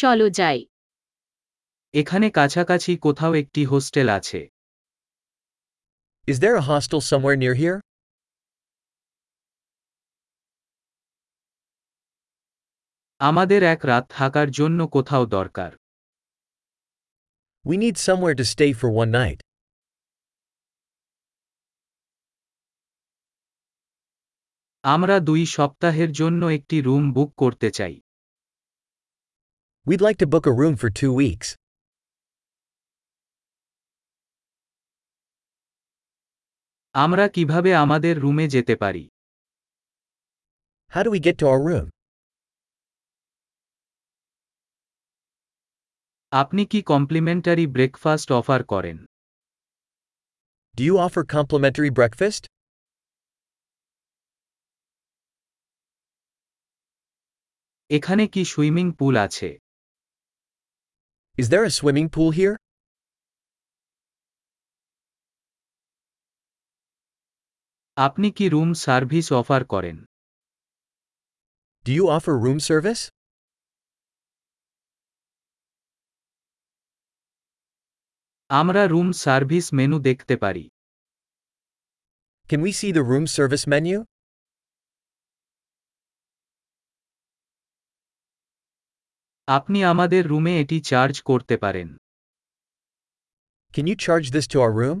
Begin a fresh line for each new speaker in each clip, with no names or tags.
চলো যাই
এখানে কাছাকাছি কোথাও একটি হোস্টেল আছে
Is there a hostel somewhere near here?
আমাদের এক রাত থাকার জন্য কোথাও দরকার
We need somewhere to stay for one night.
আমরা দুই সপ্তাহের জন্য একটি রুম বুক করতে চাই
We'd like to book a room for two weeks.
আমরা কিভাবে আমাদের রুমে যেতে পারি
How do we get to our room?
আপনি কি কমপ্লিমেন্টারি ব্রেকফাস্ট অফার করেন
Do you offer complimentary breakfast?
এখানে কি সুইমিং পুল আছে
Is there a swimming pool here?
আপনি কি রুম সার্ভিস অফার করেন
Do you offer room service?
আমরা রুম সার্ভিস মেনু দেখতে পারি
Can we see the room service menu?
আপনি আমাদের রুমে এটি চার্জ করতে পারেন
Can you charge this to our room?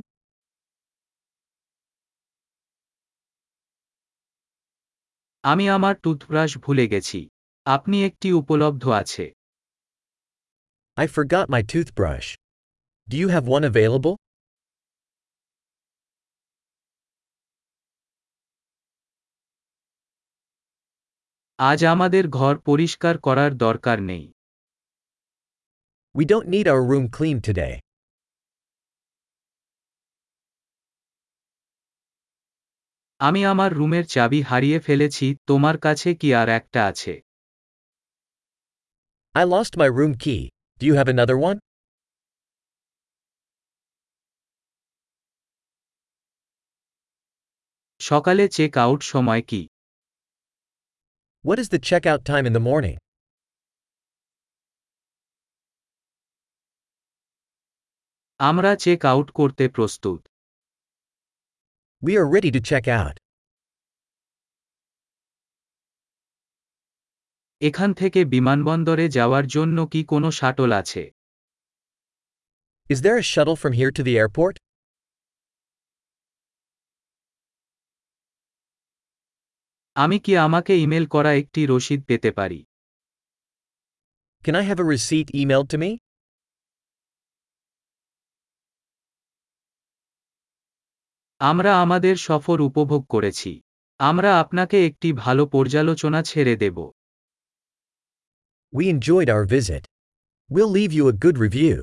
আমি আমার টুথব্রাশ ভুলে গেছি আপনি একটি উপলব্ধ আছে
I forgot my toothbrush. Do you have one available?
আজ আমাদের ঘর পরিষ্কার করার দরকার নেই
We don't need our room cleaned today.
আমি আমার রুমের চাবি হারিয়ে ফেলেছি তোমার কাছে কি আর একটা আছে
I lost my room key. Do you have another one?
সকালে চেক আউট সময় কি
What is the checkout time in the morning?
আমরা চেক আউট করতে প্রস্তুত
We are ready to check out.
এখান থেকে বিমানবন্দরে যাওয়ার জন্য কি কোনো শাটল আছে
Is there a shuttle from here to the airport?
আমি কি আমাকে ইমেল করা একটি রসিদ পেতে পারি
Can I have a receipt emailed to me?
আমরা আমাদের সফর উপভোগ করেছি আমরা আপনাকে একটি ভালো পর্যালোচনা ছেড়ে দেব
We enjoyed our visit. We'll leave you a good review.